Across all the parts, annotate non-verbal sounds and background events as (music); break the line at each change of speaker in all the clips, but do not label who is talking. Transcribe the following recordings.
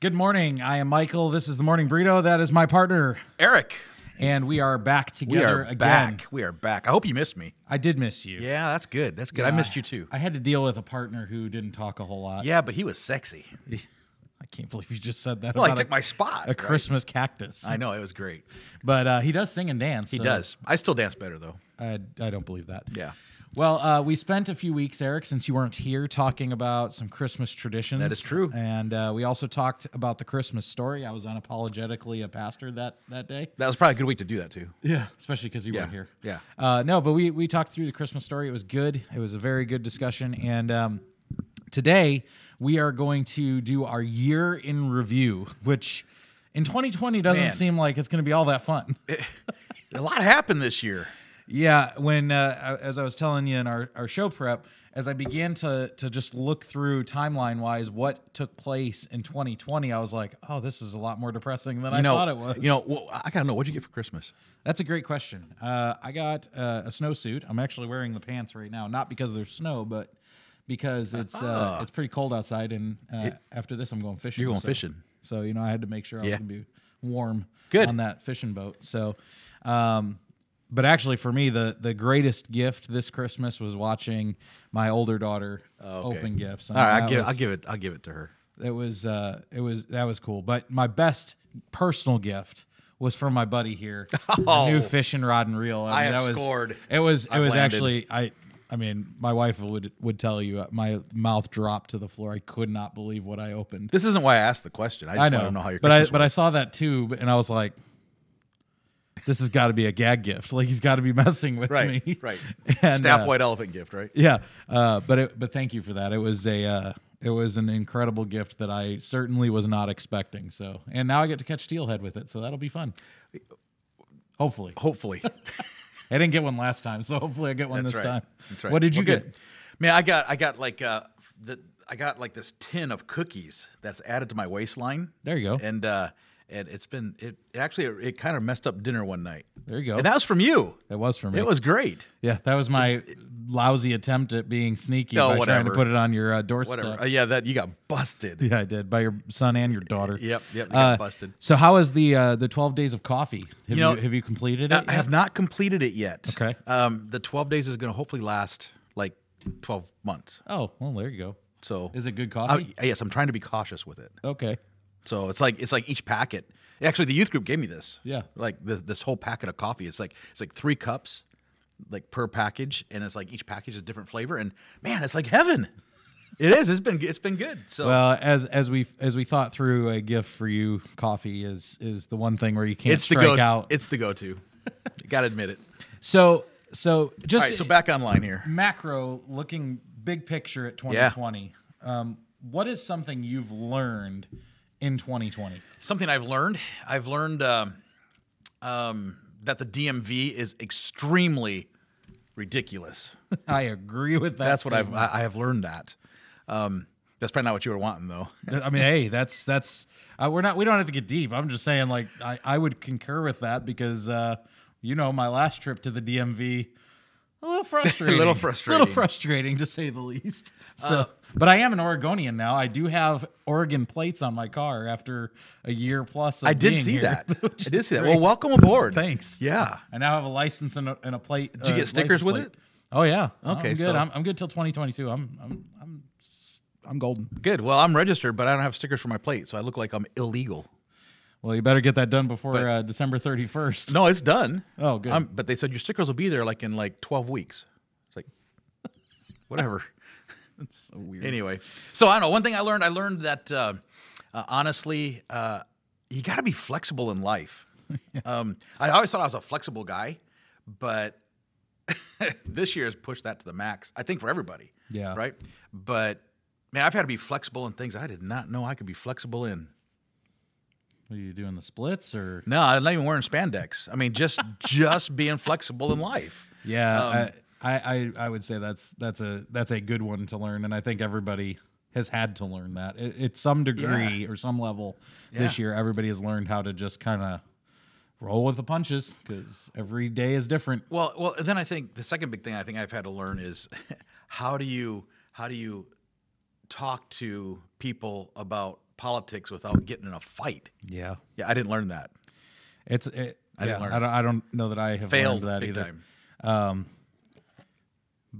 Good morning. I am Michael. This is the Morning Burrito. That is my partner.
Eric,
And we are back
we
together
are
again.
back. We are back. I hope you missed me.
I did miss you.
Yeah, that's good. That's good. I missed you too.
I had to deal with a partner who didn't talk a whole lot.
yeah, but he was sexy.
I can't believe you just said that.
Well, he
about
took
a,
my spot.
a Christmas cactus.
I know it was great.
But uh, he does sing and dance.
He does. I still dance better though.
I, I don't believe that.
Yeah.
Well, uh, we spent a few weeks, Eric, since you weren't here, talking about some Christmas traditions.
That is true.
And uh, we also talked about the Christmas story. I was unapologetically a pastor that, that day.
That was probably a good week to do that too.
Yeah, especially because you
Yeah,
weren't here.
yeah.
Uh, no, but we we talked through the Christmas story. It was good. It was a very good discussion. And um, today we are going to do our year in review, which in 2020 doesn't
Man.
seem like it's going to be all that fun.
A lot happened this year.
(laughs) Yeah, when uh, as I was telling you in our, our show prep, as I began to to just look through timeline wise what took place in 2020, I was like, oh, this is a lot more depressing than I
You know,
thought it was.
You know, well, I gotta know what'd you get for Christmas?
That's a great question. Uh, I got uh, a snowsuit. I'm actually wearing the pants right now, not because there's snow, but because it's uh, it's pretty cold outside. And uh, after this, I'm going fishing.
Ah. You're going
so-
fishing.
so you know I had to make sure I was
Yeah.
gonna be warm
Good.
on that fishing boat. So, um, but actually for me, the the greatest gift this Christmas was watching my older daughter
Oh, okay.
open gifts.
All right,
Uh, that
I'll give, I'll
was-
give it. I'll give it to her.
it was uh it was that was cool but my best personal gift was from my buddy
(laughs)
here the new
Oh.
fishing rod and reel
I
mean,
have
that was,
scored.
it was it
I've
was
landed.
actually i i mean my wife would would tell you uh, my mouth dropped to the floor i could not believe what i opened
This isn't why I asked the question. I just
i
want
know
to know how your
but i
Christmas
but i saw that tube and i was like this has got to be a gag gift like he's got to be (laughs) messing with
right,
me
right.
And,
Staff
uh,
white elephant gift, right?
yeah uh, but it, but thank you for that it was a uh, it was an incredible gift that i certainly was not expecting so and now i get to catch steelhead with it so that'll be fun hopefully (laughs)
Hopefully.
i didn't get one last time so hopefully i get one
That's
this
right.
time
That's right.
what did you
Well,
get
good. Man, I got I got like uh the I got like this tin of cookies that's added to my waistline.
There you go.
And uh and it's been it actually it, kind of messed up dinner one night.
there you go
And that was from you.
that was for me
It was great.
yeah that was my lousy attempt at being sneaky
Oh,
by trying to
whatever.
put it on your uh, doorstep
Whatever. Uh, yeah, that you got busted.
yeah i did by your son and your daughter
Yep, yep, they got
Uh,
busted.
so how is the uh, the 12 days of coffee have you,
know,
have you completed
Now,
it
I
yet?
have not completed it yet.
Okay.
Um the 12 days is going to hopefully last like 12 months.
oh well there you go
So
is it good
Uh,
coffee
yes, I'm trying to be cautious with it.
Okay.
So it's like it's like each packet. Actually, the youth group gave me this.
Yeah.
Like the, this whole packet of coffee. It's like it's like three cups, like per package, and it's like each package is a different flavor. And man, it's like heaven. it is. It's been it's been good. So
Well, as as we as we thought through a gift for you, coffee is is the one thing where you can't
it's the
strike
go.
out.
It's the
(laughs)
go-to. Got to admit it.
so so
All
just
right. So back online here.
macro looking big picture at 2020. Um, what is something you've learned in 2020?
Something I've learned. I've learned um, um, that the DMV is extremely ridiculous.
I agree with that.
That's what I've
statement.
I I have learned that. Um, that's probably not what you were wanting though.
I mean, hey, that's that's uh, we're not we don't have to get deep. I'm just saying, like I I would concur with that because uh, you know my last trip to the DMV. A
(laughs)
little frustrating.
little
A
frustrating. Uh,
little frustrating, to say the least. So, but I am an Oregonian now. I do have Oregon plates on my car after a year plus. Of
I did
being
see
here, (laughs)
that. I
which
did
is
see that.
great.
Well, welcome aboard.
Thanks.
Yeah.
I now have a license and a, and a plate. Did
you get stickers with it?
Oh yeah.
Okay,
I'm good.
so-
I'm, I'm good till 2022. I'm I'm I'm s- I'm golden.
Good. Well, I'm registered, but I don't have stickers for my plate, so I look like I'm illegal.
Well, you better get that done before uh, December 31st.
No, it's done.
Oh, good.
Um, but they said your stickers will be there like in like 12 weeks. It's like, (laughs)
(laughs)
whatever.
That's so weird.
anyway, so I don't know. One thing I learned, I learned that uh, uh, honestly, uh, you got to be flexible in
(laughs)
life. um, I always thought I was a flexible guy, but (laughs) this year has pushed that to the max. I think for everybody.
Yeah.
Right. But man, I've had to be flexible in things I did not know I could be flexible in.
What are you doing the splits or?
No, I'm not even wearing spandex. I mean, just (laughs) just being flexible in life.
Yeah,
Um,
I, I I I would say that's that's a that's a good one to learn, and I think everybody has had to learn that at, at some degree or some level this year. Everybody has learned how to just kind of roll with the punches because every day is different.
Well, well, then I think the second big thing I think I've had to learn is (laughs) how do you how do you talk to people about politics without getting in a fight.
Yeah.
Yeah, I didn't learn that.
It's it,
I didn't
yeah,
learn
I don't I don't know that I have
Failed
learned that
big
either.
time.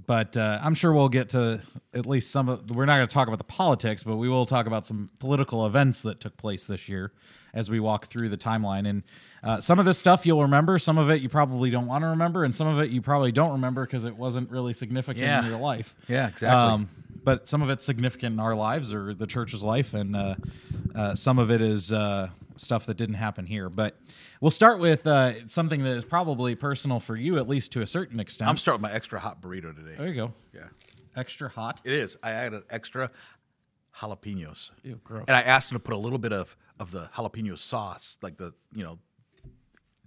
But uh, I'm sure we'll get to at least some of we're not going to talk about the politics, but we will talk about some political events that took place this year as we walk through the timeline and uh, some of this stuff you'll remember, some of it you probably don't want to remember and some of it you probably don't remember because it wasn't really significant
Yeah.
in your life. Um,
Yeah, exactly.
but some of it's significant in our lives or the church's life, and uh, uh, some of it is uh, stuff that didn't happen here. But we'll start with uh, something that is probably personal for you, at least to a certain extent.
I'm starting with my extra hot burrito today.
there you go.
Yeah,
Extra hot.
it is. I added extra jalapenos,
Ew, gross.
and I asked him to put a little bit of of the jalapeno sauce, like the you know,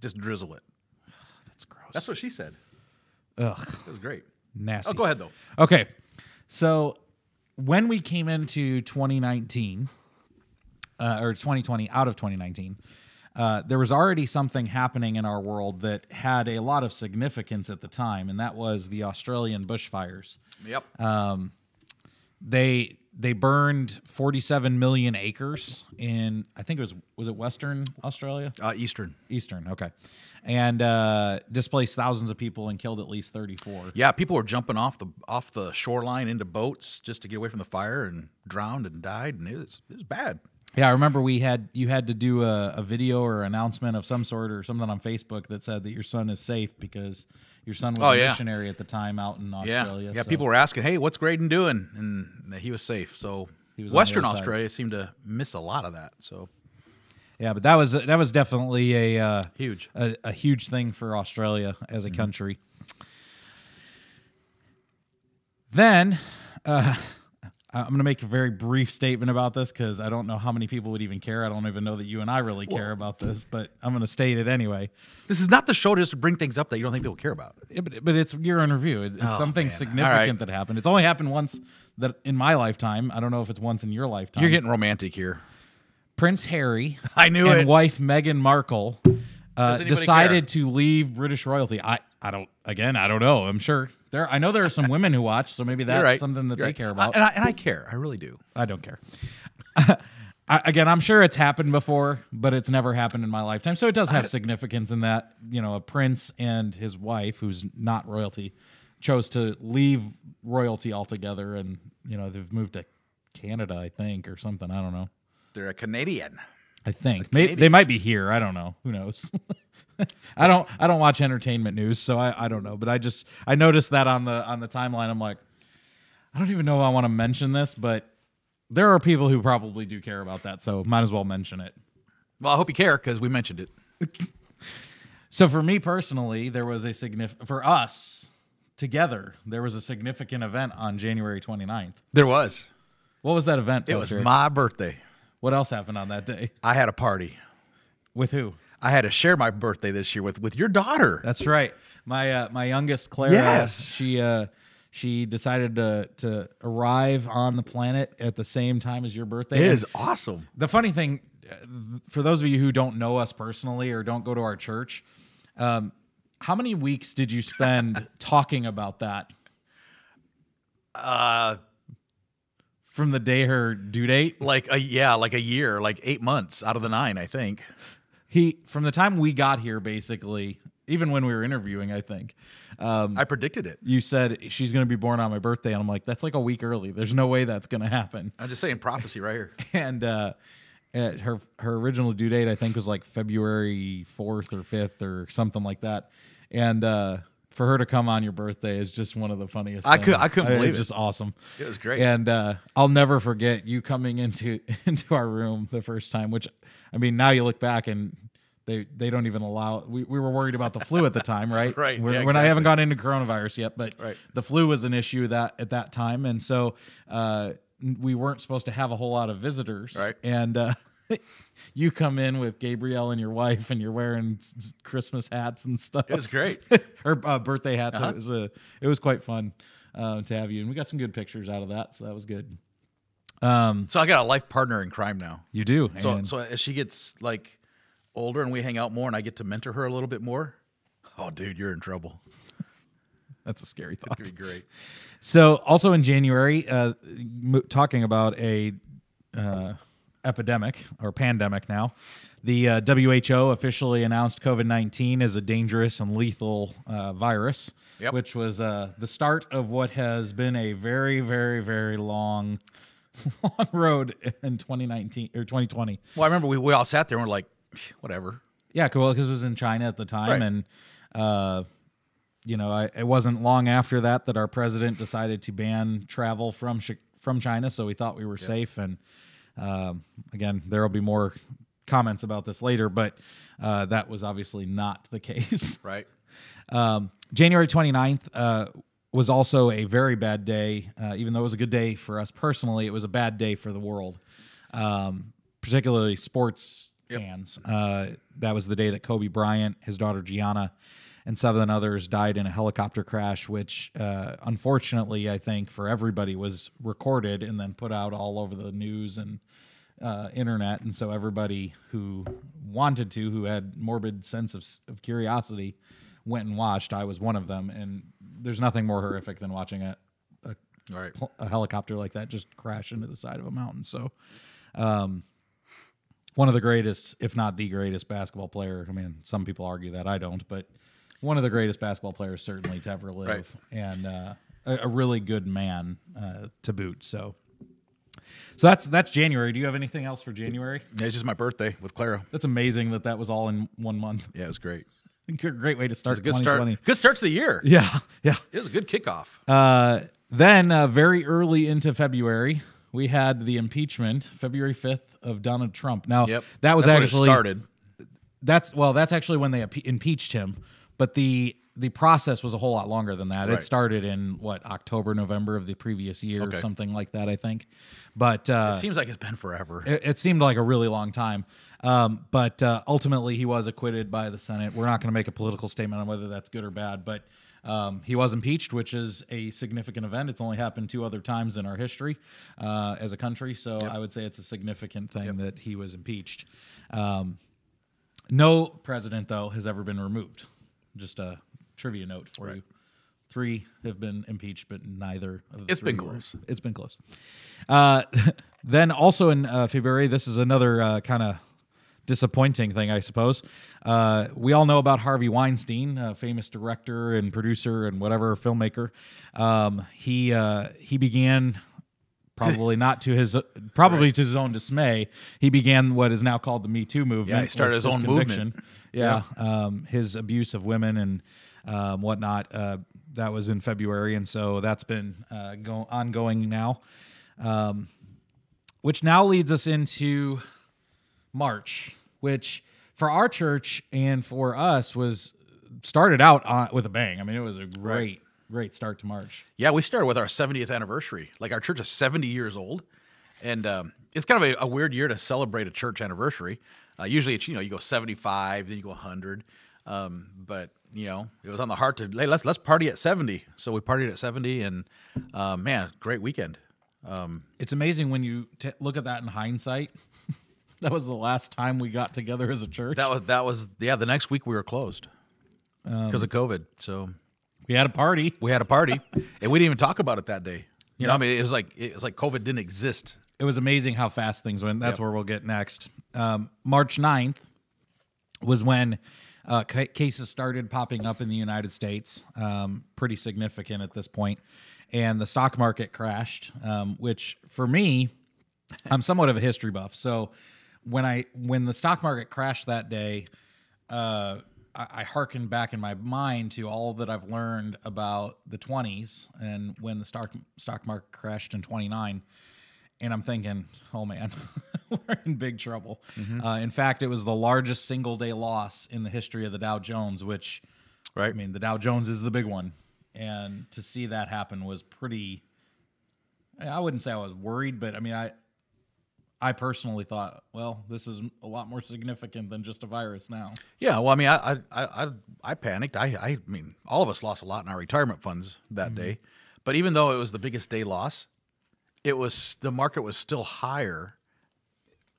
just drizzle it.
That's gross.
That's what she said.
Ugh,
It was great.
nasty.
Oh, go ahead though.
Okay. So when we came into 2019 uh, or 2020 out of 2019, uh, there was already something happening in our world that had a lot of significance at the time, and that was the Australian bushfires.
Yep.
Uh, They they burned 47 million acres in I think it was was it Western Australia,
Uh, Eastern.
Eastern, okay, and uh, displaced thousands of people and killed at least 34.
Yeah, people were jumping off the off the shoreline into boats just to get away from the fire and drowned and died, and it was, it was bad.
Yeah, I remember we had you had to do a, a video or announcement of some sort or something on Facebook that said that your son is safe because your son was
Oh,
a
yeah.
missionary at the time out in
Yeah,
Australia.
yeah.
so-
People were asking, "Hey, what's Graydon doing?" And he was safe. So
He was on the
Western
other side.
Australia seemed to miss a lot of that. So
yeah, but that was that was definitely a uh,
huge.
a, a huge thing for Australia as a
Mm-hmm.
country. Then, uh, (laughs) I'm going to make a very brief statement about this because I don't know how many people would even care. I don't even know that you and I really care about this, but I'm going to state it anyway.
This is not the show just to bring things up that you don't think people care about.
Yeah, but, but it's year in review. It, it's something
Oh, man. All right.
significant that happened. It's only happened once that in my lifetime. I don't know if it's once in your lifetime.
You're getting romantic here.
Prince Harry.
(laughs) I knew
and
it.
wife Meghan Markle uh,
anybody
decided to leave British royalty. I I don't. Again, I don't know. I'm sure there. I know there are some women who watch, so maybe that's
You're right.
something that
You're
they
right.
care
I-
about.
and I, and I care. I really do.
I don't care. (laughs) I, again, I'm sure it's happened before, but it's never happened in my lifetime. So it does have significance in that, you know, a prince and his wife, who's not royalty, chose to leave royalty altogether. And, you know, they've moved to Canada, I think, or something. I don't know.
They're a Canadian.
I think May, they
Canadians.
might be here. I don't know. Who knows? (laughs) I don't. I don't watch entertainment news, so I, I don't know. But I just I noticed that on the on the timeline. I'm like, I don't even know if I want to mention this, but there are people who probably do care about that, so might as well mention it.
Well, I hope you care because we mentioned it.
So for me personally, there was a significant for us together. There was a significant event on January 29th.
There was.
What was that event?
It was
Buster?
my birthday.
what else happened on that day?
I had a party.
With who?
I had to share my birthday this year with with your daughter.
That's right. My uh, my youngest Clara,
Yes.
she uh, she decided to to arrive on the planet at the same time as your birthday.
It
And
is awesome.
the funny thing uh, for those of you who don't know us personally or don't go to our church. Um, how many weeks did you
(laughs)
spend talking about that
Uh,
from the day her due date?
like a yeah, like a year, like eight months out of the nine, I think.
He from the time we got here, basically, even when we were interviewing, I think. Um,
I predicted it.
you said she's going to be born on my birthday, and I'm like, that's like a week early. There's no way that's going to happen. (laughs)
I'm just saying prophecy right here.
and uh, at her her original due date I think was like February fourth or fifth or something like that. And uh, for her to come on your birthday is just one of the funniest.
I cou-
things.
I couldn't
it's
believe it.
Just awesome.
It was great.
And uh, I'll never forget you coming into (laughs) into our room the first time. Which I mean, now you look back and. They, they don't even allow we, we were worried about the flu at the time right
(laughs) Right,
we're,
yeah,
we're not, I haven't
exactly.
gone into coronavirus yet but
Right.
the flu was an issue that at that time and so uh, n- we weren't supposed to have a whole lot of visitors
Right.
and uh, (laughs) you come in with gabrielle and your wife and you're wearing s- s- christmas hats and stuff
It was great.
(laughs)
Uh-huh.
or uh, birthday hats it was a, it was quite fun uh, to have you and we got some good pictures out of that so that was good um,
So I got a life partner in crime now.
you do
So
and
so as she gets like older and we hang out more and I get to mentor her a little bit more. Oh dude, you're in trouble.
that's a scary thought
It's gonna be great.
So also in January, uh, m- talking about a uh, epidemic or pandemic now. The uh, WHO officially announced COVID 19 as a dangerous and lethal uh, virus,
Yep.
which was uh, the start of what has been a very, very, very long, (laughs) long road in 2019 or 2020.
Well, I remember we, we all sat there and we're like, whatever.
Yeah, c- well, because it was in China at the time,
Right.
and uh, you know, I, it wasn't long after that that our president decided to ban travel from Chi- from China, so we thought we were safe. And um, again, there will be more comments about this later, but uh, that was obviously not the (laughs) case.
Right.
Um, January 29th uh, was also a very bad day. Uh, even though it was a good day for us personally, it was a bad day for the world, um, particularly sports fans. Uh, that was the day that Kobe Bryant, his daughter Gianna, and seven others died in a helicopter crash, which uh, unfortunately, I think, for everybody was recorded and then put out all over the news and uh, internet, and so everybody who wanted to, who had morbid sense of, s- of curiosity, went and watched. I was one of them, and there's nothing more horrific than watching a, a,
Right.
pl- a helicopter like that just crash into the side of a mountain. So, um, one of the greatest, if not the greatest, basketball player. I mean, some people argue that I don't, but one of the greatest basketball players certainly to ever live,
Right.
and uh, a, a really good man uh, to boot. So. So that's that's January. Do you have anything else for January?
Yeah, it's just my birthday with Clara.
That's amazing that that was all in one month. (laughs)
Yeah, it was great.
Good- Great way to start
Good start.
2020.
Good start to the year.
Yeah, yeah.
It was a good kickoff.
Uh, then uh, very early into February, we had the impeachment, February 5th of Donald Trump. Now
yep.
that was
That's when it
actually
started.
that's well, that's actually when they impe- impeached him, but the the process was a whole lot longer than that. It
Right.
started in what October, November of the previous year, or
Okay.
something like that, I think. But uh,
Seems like it's been forever.
it, it seemed like a really long time. Um, but uh, ultimately, he was acquitted by the Senate. We're not going to make a political statement on whether that's good or bad, but um, he was impeached, which is a significant event. It's only happened two other times in our history uh, as a country. So I would say it's a significant thing that he was impeached. Um, no president, though, has ever been removed. Just a trivia note for you. Three have been impeached, but neither of the
It's been
three were.
close.
It's been close. Uh, (laughs) then also in uh, February, this is another uh, kind of disappointing thing, I suppose. Uh, we all know about Harvey Weinstein, a famous director and producer and whatever filmmaker. Um, he uh, he began. Probably not to his, probably to his own dismay, he began what is now called the Me Too movement.
he started
with
his own movement.
conviction yeah, Um, his abuse of women and um, whatnot. Uh, that was in February, and so that's been uh, go- ongoing now, um, which now leads us into March, which for our church and for us was started out on, with a bang. I mean, it was a great, great start to March.
Yeah, we started with our 70th anniversary. Like our church is 70 years old, and um, it's kind of a, a weird year to celebrate a church anniversary. Uh, usually, it's you know you go 75, then you go 100, um, but you know it was on the heart to hey, let's let's party at 70. So we partied at 70, and uh, man, great weekend.
It's amazing when you t- look at that in hindsight. (laughs) that was the last time we got together as a church.
That was that was yeah. The next week we were closed because of COVID. So
we had a party.
we had a party, and we didn't even talk about it that day. You know, I mean, it was like it was like COVID didn't exist.
it was amazing how fast things went. That's where we'll get next. Um, March 9th was when uh, ca- cases started popping up in the United States, um, pretty significant at this point, and the stock market crashed. Um, which for me, I'm somewhat of a history buff, so when I when the stock market crashed that day, uh, I, I hearkened back in my mind to all that I've learned about the 20s and when the stock stock market crashed in 29 and I'm thinking, oh man, (laughs) we're in big trouble. Uh, in fact, it was the largest single day loss in the history of the Dow Jones, which,
Right.
I mean, the Dow Jones is the big one. And to see that happen was pretty, I wouldn't say I was worried, but I mean, I, I personally thought, well, this is a lot more significant than just a virus now.
Yeah, well, I mean, I I I, I, I panicked. I, I mean, all of us lost a lot in our retirement funds that
Mm-hmm.
day, but even though it was the biggest day loss, it was the market was still higher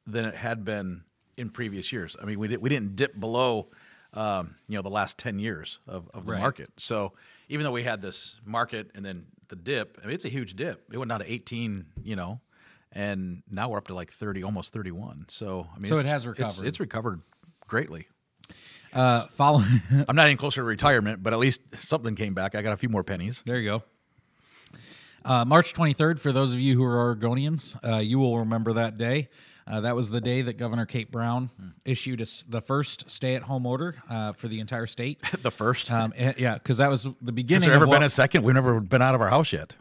than it had been in previous years. I mean, we did, we didn't dip below, um, you know, the last ten years of, of the
Right.
market. So even though we had this market and then the dip, I mean, it's a huge dip. It went down to eighteen, you know, and now we're up to like 30, almost 31. So I mean,
So it
it's-
has
it's-
recovered.
it's recovered greatly.
Uh, follow. (laughs)
I'm not any closer to retirement, but at least something came back. I got a few more pennies.
there you go. Uh, March 23rd, for those of you who are Oregonians, uh, you will remember that day. Uh, that was the day that Governor Kate Brown issued a s the first stay at home order uh, for (laughs) the entire
(laughs)
state.
The first.
Um, and- yeah, because that was the beginning.
Has there
of
ever
what-
been a second? We've never been out of our house yet.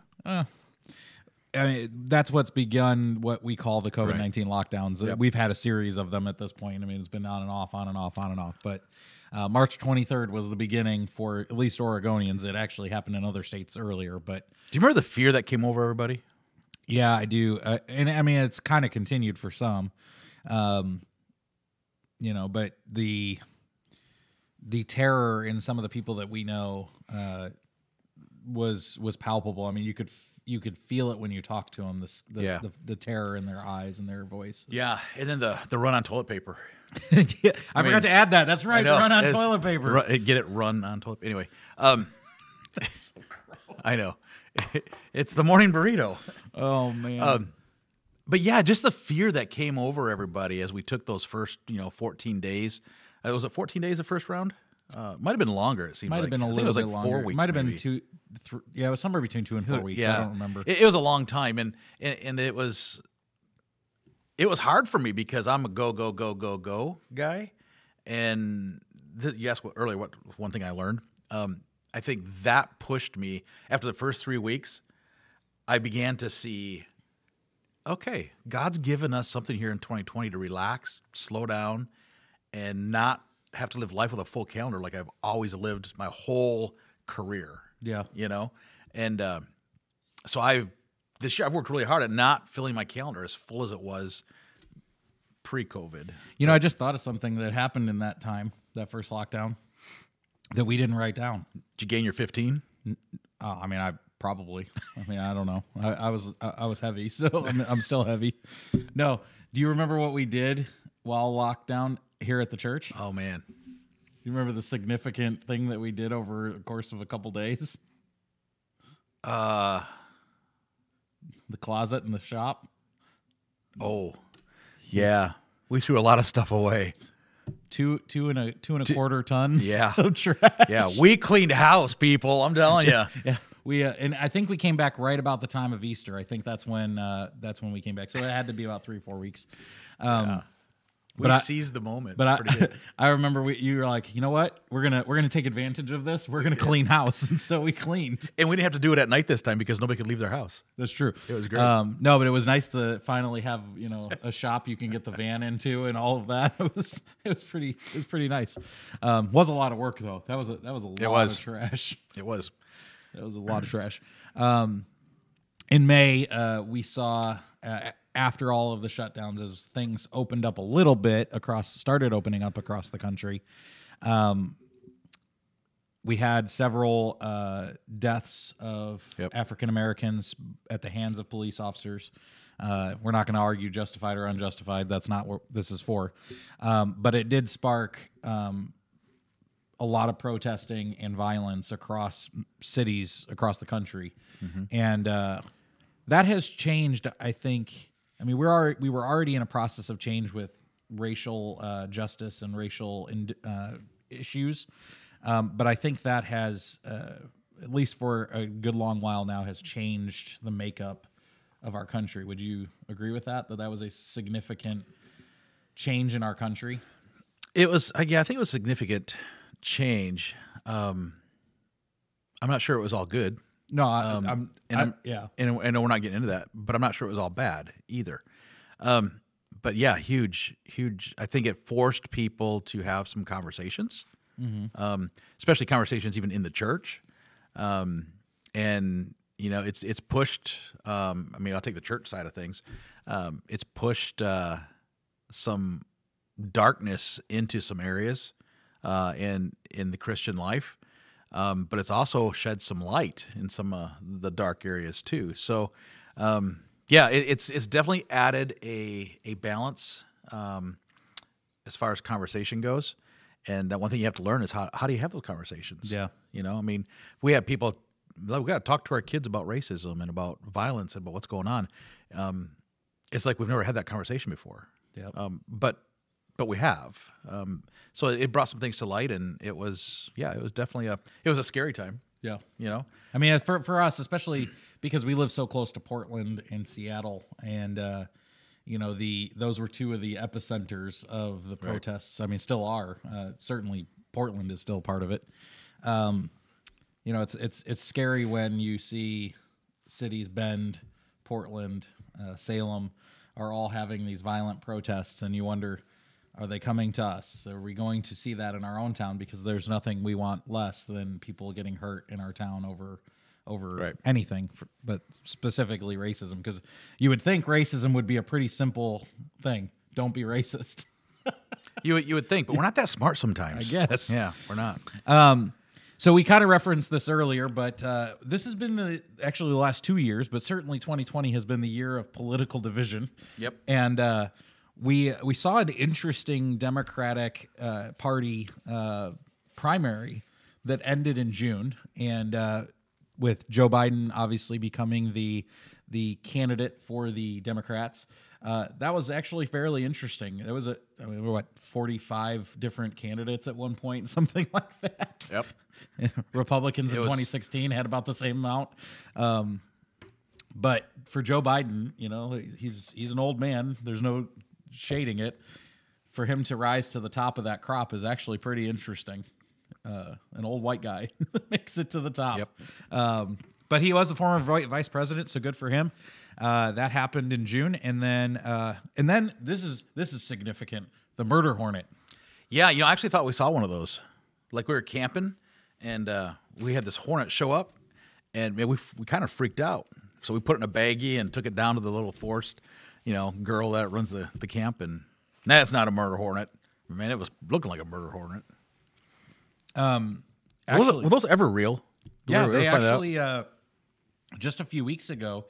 I mean, that's what's begun what we call the COVID 19 lockdowns. We've had a series of them at this point. I mean, it's been on and off, on and off, on and off. But uh, March 23rd was the beginning for at least Oregonians. It actually happened in other states earlier. But
Do you remember the fear that came over everybody?
yeah, I do. Uh, and I mean, it's kind of continued for some, um, you know, but the. The terror in some of the people that we know uh, was was palpable. I mean, you could f- you could feel it when you talk to them. The, s- the,
Yeah.
the the terror in their eyes and their
(laughs)
voice.
Yeah, and then the the run on toilet paper.
yeah, I,
mean,
forgot to add that. That's right.
I know,
the run on
it's-
toilet paper.
ru- get it run on toilet. Anyway,
(laughs)
um, I know (laughs) it's the morning burrito.
Oh man.
Um, but yeah, just the fear that came over everybody as we took those first, you know, 14 days. Uh, was it 14 days the first round? Uh, might have been longer. It seemed
might have
like.
been a
I think
little
it was
bit
like
longer.
Four
It
weeks,
might have been
maybe.
two. Three, yeah, it was somewhere between two and four weeks. I don't remember.
It, it was a long time, and, and and it was it was hard for me because I'm a go go go go go guy, and th- you asked what, earlier what one thing I learned. Um, I think that pushed me after the first three weeks. I began to see, okay, God's given us something here in 2020 to relax, slow down, and not have to live life with a full calendar like I've always lived my whole career.
Yeah.
You know, and um, so I this year I've worked really hard at not filling my calendar as full as it was pre-COVID.
You know, I just thought of something that happened in that time, that first lockdown, that we didn't write down.
Did you gain your 15?
Uh, I mean, I probably. (laughs) I mean, I don't know. I, I was I, I was heavy, (laughs) so I'm, I'm still heavy. No. Do you remember what we did while lockdown here at the church?
Oh man,
Do you remember the significant thing that we did over the course of a couple days? (laughs)
uh,
The closet and the shop.
oh, yeah, we threw a lot of stuff away.
two two and a two and a quarter tons
Yeah.
(laughs) of trash.
Yeah, we cleaned house, people. I'm telling you.
Yeah. We uh, and I think we came back right about the time of Easter. I think that's when uh, that's when we came back. So it had to be about three four weeks. Um,
We
(laughs) But I-
seized the moment.
But
pretty
I
good.
(laughs) I remember we, you were like, you know what? We're gonna we're gonna take advantage of this. We're gonna clean house, (laughs) and so we cleaned.
and we didn't have to do it at night this time because nobody could leave their house.
That's true. It
was great.
Um, no, but it was nice to finally have you know a shop you can get the van into and all of that. (laughs) It was it was pretty it was pretty nice. Um, was a lot of work though. That was a, that was a lot
was.
of trash.
It was.
That was a lot of trash. Um, in May, uh, we saw uh, after all of the shutdowns, as things opened up a little bit across, started opening up across the country. Um, we had several uh, deaths of
Yep.
African Americans at the hands of police officers. Uh, we're not going to argue justified or unjustified. That's not what this is for. Um, but it did spark um, a lot of protesting and violence across cities across the country, and uh, that has changed. I think. I mean, we're already, we were already in a process of change with racial uh, justice and racial ind- uh, issues, um, but I think that has, uh, at least for a good long while now, has changed the makeup of our country. Would you agree with that? That that was a significant change in our country.
It was. I- Yeah, I think it was a significant change. Um, I'm not sure it was all good.
No, I, I'm,
and
Um, I'm
I'm-
yeah.
and I know we're not getting into that, but I'm not sure it was all bad either. Um, but yeah, huge, huge. I think it forced people to have some conversations, um, especially conversations even in the church. Um, and you know, it's it's pushed. Um, I mean, I'll take the church side of things. Um, it's pushed uh, some darkness into some areas uh, in in the Christian life, um, but it's also shed some light in some uh, the dark areas too. So, um, yeah, it, it's it's definitely added a a balance um, as far as conversation goes. And uh, one thing you have to learn is how how do you have those conversations?
Yeah.
you know, I mean, we have people. We got to talk to our kids about racism and about violence and about what's going on. Um, it's like we've never had that conversation before.
Yep.
Um, but but we have. Um, so it brought some things to light, and it was yeah, it was definitely a it was a scary time.
Yeah.
You know,
I mean, for for us, especially because we live so close to Portland and Seattle, and uh, you know the those were two of the epicenters of the protests. I mean, still are. Uh, certainly, Portland is still part of it. Um, you know, it's it's it's scary when you see cities Bend, Portland, uh, Salem are all having these violent protests, and you wonder, are they coming to us? Are we going to see that in our own town? Because there's nothing we want less than people getting hurt in our town over over
Right.
anything, for, but specifically racism. Because you would think racism would be a pretty simple thing. Don't be racist. (laughs)
you would- you would think, but we're not that smart sometimes. I
guess.
Yeah, we're not.
So we kind of referenced this earlier, but uh, this has been the actually the last two years, but certainly 2020 has been the year of political division.
Yep.
And uh, we we saw an interesting Democratic uh, Party uh, primary that ended in June, and uh, with Joe Biden obviously becoming the the candidate for the Democrats. Uh, that was actually fairly interesting. There was a I mean, what forty five different candidates at one point, (laughs) something like that.
Yep.
(laughs) Republicans in
was-
2016 had about the same amount. Um, but for Joe Biden, you know, he's he's an old man. There's no shading it. For him to rise to the top of that crop is actually pretty interesting. Uh, an old white guy (laughs) makes it to the top.
Yep.
Um, but he was the former vi- vice president, so good for him. Uh, that happened in June, and then uh, and then this is this is significant. The murder hornet.
Yeah, you know, I actually thought we saw one of those. Like we were camping, and uh, we had this hornet show up, and man, we we kind of freaked out. So we put it in a baggie and took it down to the little forest, you know, girl that runs the, the camp, and that's not a murder hornet. Man, it was looking like a murder hornet. Um, were, those,
actually-
were those ever real? Did
Yeah,
we ever
they
find out?
actually uh, just a few weeks ago.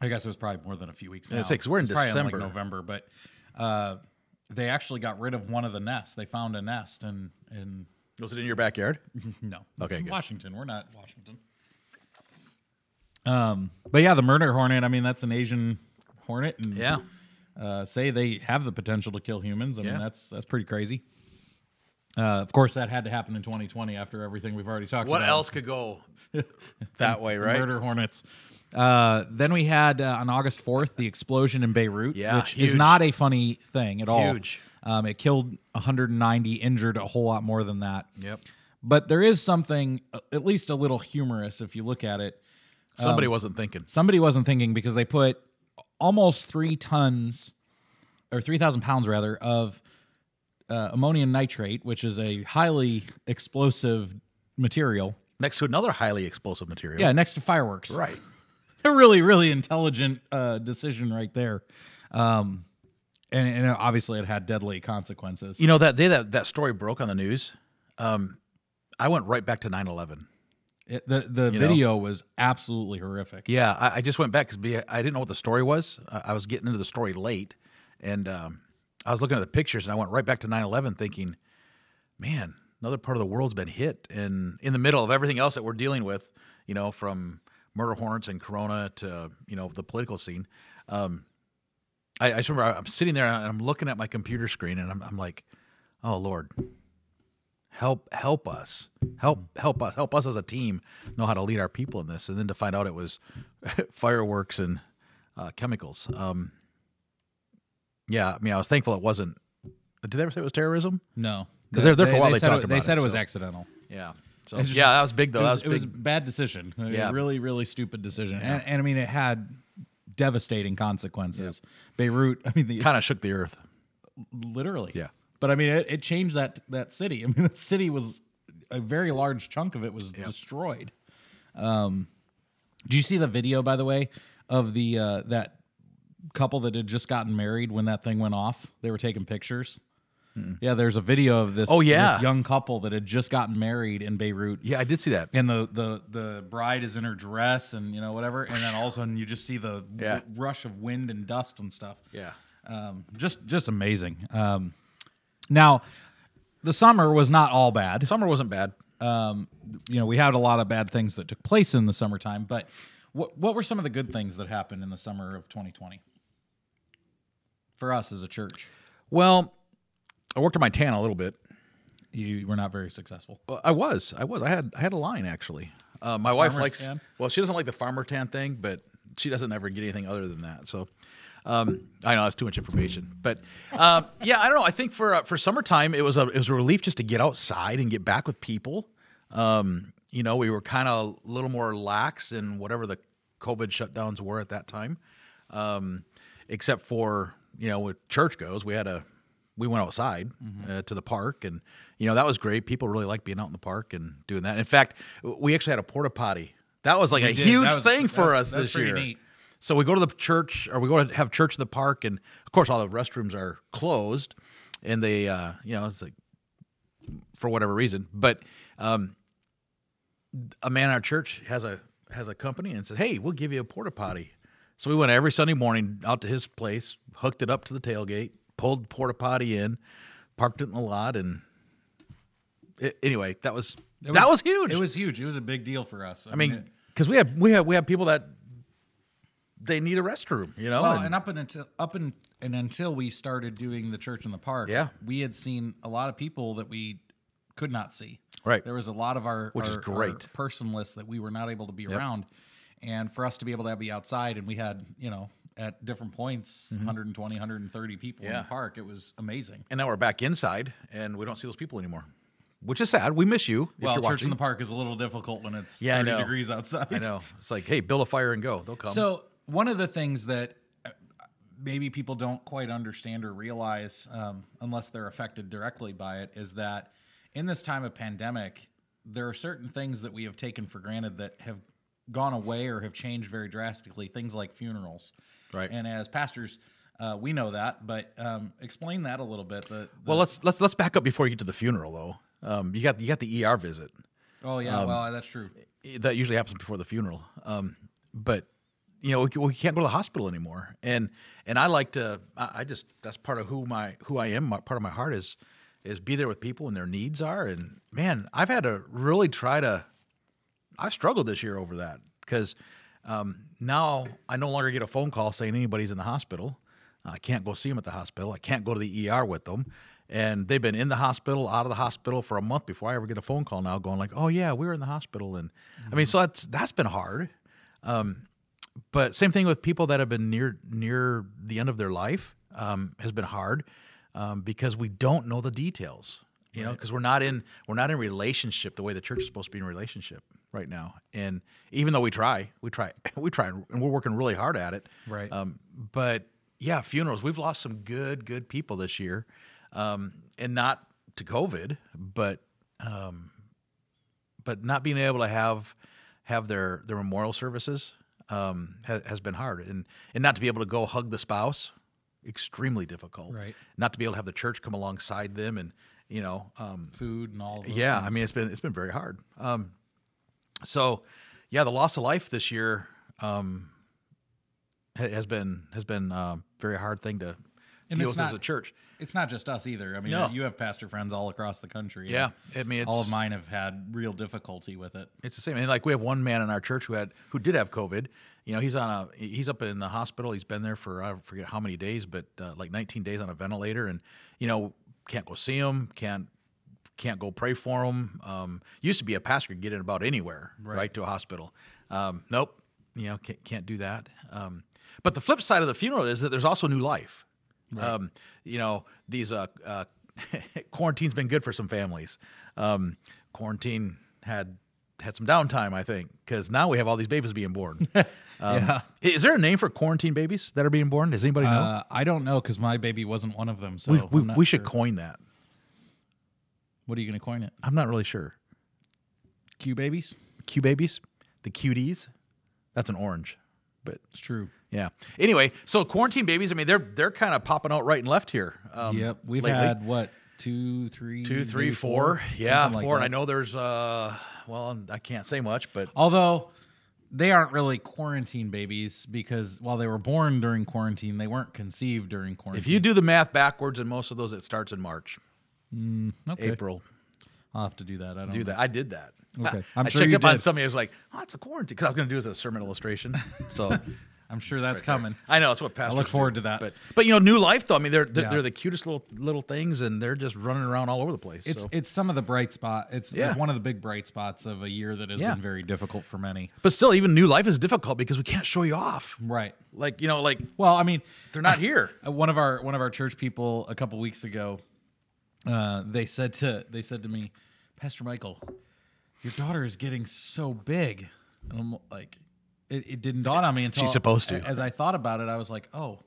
I guess it was probably more than a few weeks now.
I'd say, 'cause we're in
It's probably
December.
like November, but uh, they actually got rid of one of the nests. They found a nest, and and
was it in
(laughs)
your backyard?
no, it's
Okay,
in
good.
Washington. We're not Washington. Um, but yeah, the murder hornet. I mean, that's an Asian hornet, and
Yeah.
uh, say they have the potential to kill humans. I mean,
Yeah.
that's that's pretty crazy. Uh, of course, that had to happen in 2020 after everything we've already talked
What
about.
else could go that way, right?
Murder hornets. Uh, then we had uh, on August 4th the explosion in Beirut,
Yeah,
which is
huge.
not a funny thing at all.
Huge.
Um, it killed 190, injured a whole lot more than that.
Yep.
But there is something, uh, at least a little humorous if you look at it. Um,
Somebody wasn't thinking.
Somebody wasn't thinking because they put almost three tons or 3,000 pounds rather of uh, ammonium nitrate, which is a highly explosive material.
Next to another highly explosive material.
Yeah, next to fireworks.
Right.
a really really intelligent uh, decision right there um, and, and obviously it had deadly consequences
You know, that day that that story broke on the news, um, I went right back to 9 11.
It- the the
know?
video was absolutely horrific
Yeah, I, I just went back because I didn't know what the story was. I, I was getting into the story late, and um, I was looking at the pictures, and I went right back to 9 11 thinking, man, another part of the world's been hit. And in the middle of everything else that we're dealing with, you know, from murder hornets and corona to, you know, the political scene. Um, I, I just remember I- I'm sitting there and I'm looking at my computer screen and I'm, I'm like, oh, Lord, help, help us. Help, help us, help us as a team know how to lead our people in this. And then to find out it was (laughs) fireworks and uh, chemicals. Um, yeah, I mean, I was thankful it wasn't. Did they ever say it was terrorism?
no
'Cause they're there for a while, they
said
talked
it, they
about
said
it,
it was
so.
accidental
Yeah. So
It's just-
yeah, that was big though.
it was,
that
it was
was
a
big.
bad decision A
Yeah.
really really stupid decision and, and i mean it had devastating consequences beirut i mean the
kind of shook the earth.
literally
Yeah.
but i mean it, it changed that that city (laughs) i mean that city was a very large chunk of it was destroyed um do you see the video by the way of the uh that couple that had just gotten married when that thing went off they were taking pictures yeah there's a video of this
Hmm. Oh, yeah.
this young couple that had just gotten married in beirut
Yeah, I did see that.
and the the the bride is in her dress and you know whatever and then all of a sudden you just see the w-
Yeah.
rush of wind and dust and stuff
Yeah.
um, just just amazing. Um, now, the summer was not all bad.
Summer wasn't bad.
Um, you know, we had a lot of bad things that took place in the summertime, but what what were some of the good things that happened in the summer of 2020? for us as a church?
Well, I worked on my tan a little bit.
You were not very successful.
Well, I was. I was. I had. I had a line actually. Uh, my wife
Farmer's
likes.
tan?
Well, she doesn't like the farmer tan thing, but she doesn't ever get anything other than that. So, um, I know that's too much information. But um, (laughs) yeah, I don't know. I think for uh, for summertime, it was a it was a relief just to get outside and get back with people. Um, you know, we were kind of a little more lax in whatever the COVID shutdowns were at that time, um, except for you know, with church goes, we had a we went outside
Mm-hmm.
uh, to the park and you know that was great people really like being out in the park and doing that in fact w- we actually had a porta potty that was like a
did.
huge
That was-
thing
that
for
was-
us
that was
this
pretty
year
neat.
so we go to the church or we go to have church in the park and of course all the restrooms are closed and they uh you know it's like for whatever reason but um a man in our church has a has a company and said, "Hey, we'll give you a porta potty." So we went every Sunday morning out to his place, hooked it up to the tailgate, pulled the porta potty in, parked it in the lot, and a- anyway, that was,
It
that was huge.
It was huge. It was a big deal for us.
I mean, because we have we have we have people that they need a restroom, you know.
Well,
and-
and up and until up and, and until we started doing the church in the park,
Yeah.
we had seen a lot of people that we could not see.
Right.
there was a lot of our
Which is
our-
great.
our person list that we were not able to be around, and for us to be able to be outside, and we had you know at different points 120, 130 people in
Mm-hmm. Yeah.
the park. It was amazing.
and now we're back inside, and we don't see those people anymore, which is sad. We miss you. if
Well,
you're
church in
watching.
the park is a little difficult when it's
Yeah, I
30
know.
degrees (laughs) outside.
I know. It's like, hey, build a fire and go. They'll come.
So one of the things that uh, maybe people don't quite understand or realize, um, unless they're affected directly by it, is that in this time of pandemic, there are certain things that we have taken for granted that have gone away or have changed very drastically. Things like funerals,
Right.
And as pastors, uh, we know that, but um, explain that a little bit. The, the-
Well, let's let's let's back up before you get to the funeral though. Um, you got you got the ER visit
oh yeah,
um,
well that's true.
that usually happens before the funeral. Um, but you know we, we can't go to the hospital anymore, and and I like to I, I just that's part of who my who I am. My, part of my heart is is be there with people and their needs are. And man, I've had to really try to. I've struggled this year over that because um, now I no longer get a phone call saying anybody's in the hospital. I can't go see them at the hospital. I can't go to the ER with them. And they've been in the hospital, out of the hospital for a month before I ever get a phone call now going like, oh yeah, we were in the hospital. And I mean, so that's, that's been hard. Um, but same thing with people that have been near, near the end of their life um, has been hard um, because we don't know the details, you know, know, because we're not in, we're not in relationship the way the church is supposed to be in relationship right now. And even though we try, we try, (laughs) we try and we're working really hard at it.
Right.
Um, but yeah, funerals. We've lost some good, good people this year, um, and not to COVID, but um, but not being able to have have their their memorial services um, has, has been hard, and and not to be able to go hug the spouse, extremely difficult.
Right.
Not to be able to have the church come alongside them, and you know, um,
Food and all. Of those
yeah,
things.
I mean it's been it's been very hard. Um, so, yeah, the loss of life this year um, ha- has been has been uh, very hard thing to
And
deal
it's
with as
not-
a church.
it's not just us either. I mean,
No.
you have pastor friends all across the country. and
Yeah, I mean it's
all of mine have had real difficulty with it.
It's the same. And like we have one man in our church who had who did have COVID. You know, he's on a he's up in the hospital. He's been there for I forget how many days, but uh, like 19 days on a ventilator, and you know can't go see him, can't can't go pray for him. Um, used to be a pastor could get in about anywhere, right, to a hospital. Um, nope, you know can't, can't do that. Um, but the flip side of the funeral is that there's also new life. Um, you know, these uh, uh, (laughs) quarantine's been good for some families. Um, quarantine had had some downtime, I think, because now we have all these babies
(laughs)
being born. Um, Is there a name for quarantine babies that are being born? Does anybody know?
Uh, I don't know because my baby wasn't one of them. So
we we,
I'm not
we should
sure.
coin that.
What are you going to coin it?
I'm not really sure.
Q babies.
Q babies, the cuties. That's an orange, but
It's true.
yeah. Anyway, so quarantine babies. I mean, they're they're kind of popping out right and left here. Um,
yep. We've
lately.
had what two, three,
two, three,
maybe
four. Yeah,
something like
four.
that.
and I know there's uh, well, I can't say much, but
Although they aren't really quarantine babies because while they were born during quarantine, they weren't conceived during quarantine.
if you do the math backwards, and most of those, it starts in March,
okay.
April.
I'll have to do that. I don't
Do
know.
that. I did that.
Okay.
i (laughs)
I'm sure
checked
you
up on
did. (laughs)
somebody. I was like, oh, it's a quarantine because I was going to do it as a sermon illustration. So
I'm sure that's coming.
I know it's what pastors.
look forward
do,
to that.
But but you know, new life though. I mean, they're they're,
Yeah.
they're the cutest little little things, and they're just running around all over the place.
It's
so.
it's some of the bright spot. It's
Yeah.
like one of the big bright spots of a year that has
Yeah.
been very difficult for many.
but still, even new life is difficult because we can't show you off.
Right.
Like you know, like
Well, I mean, (laughs)
they're not here.
Uh, one of our one of our church people a couple weeks ago uh, they said to they said to me pastor michael your daughter is getting so big and i'm like it, it didn't dawn on me until
She's supposed to.
as i thought about it i was like oh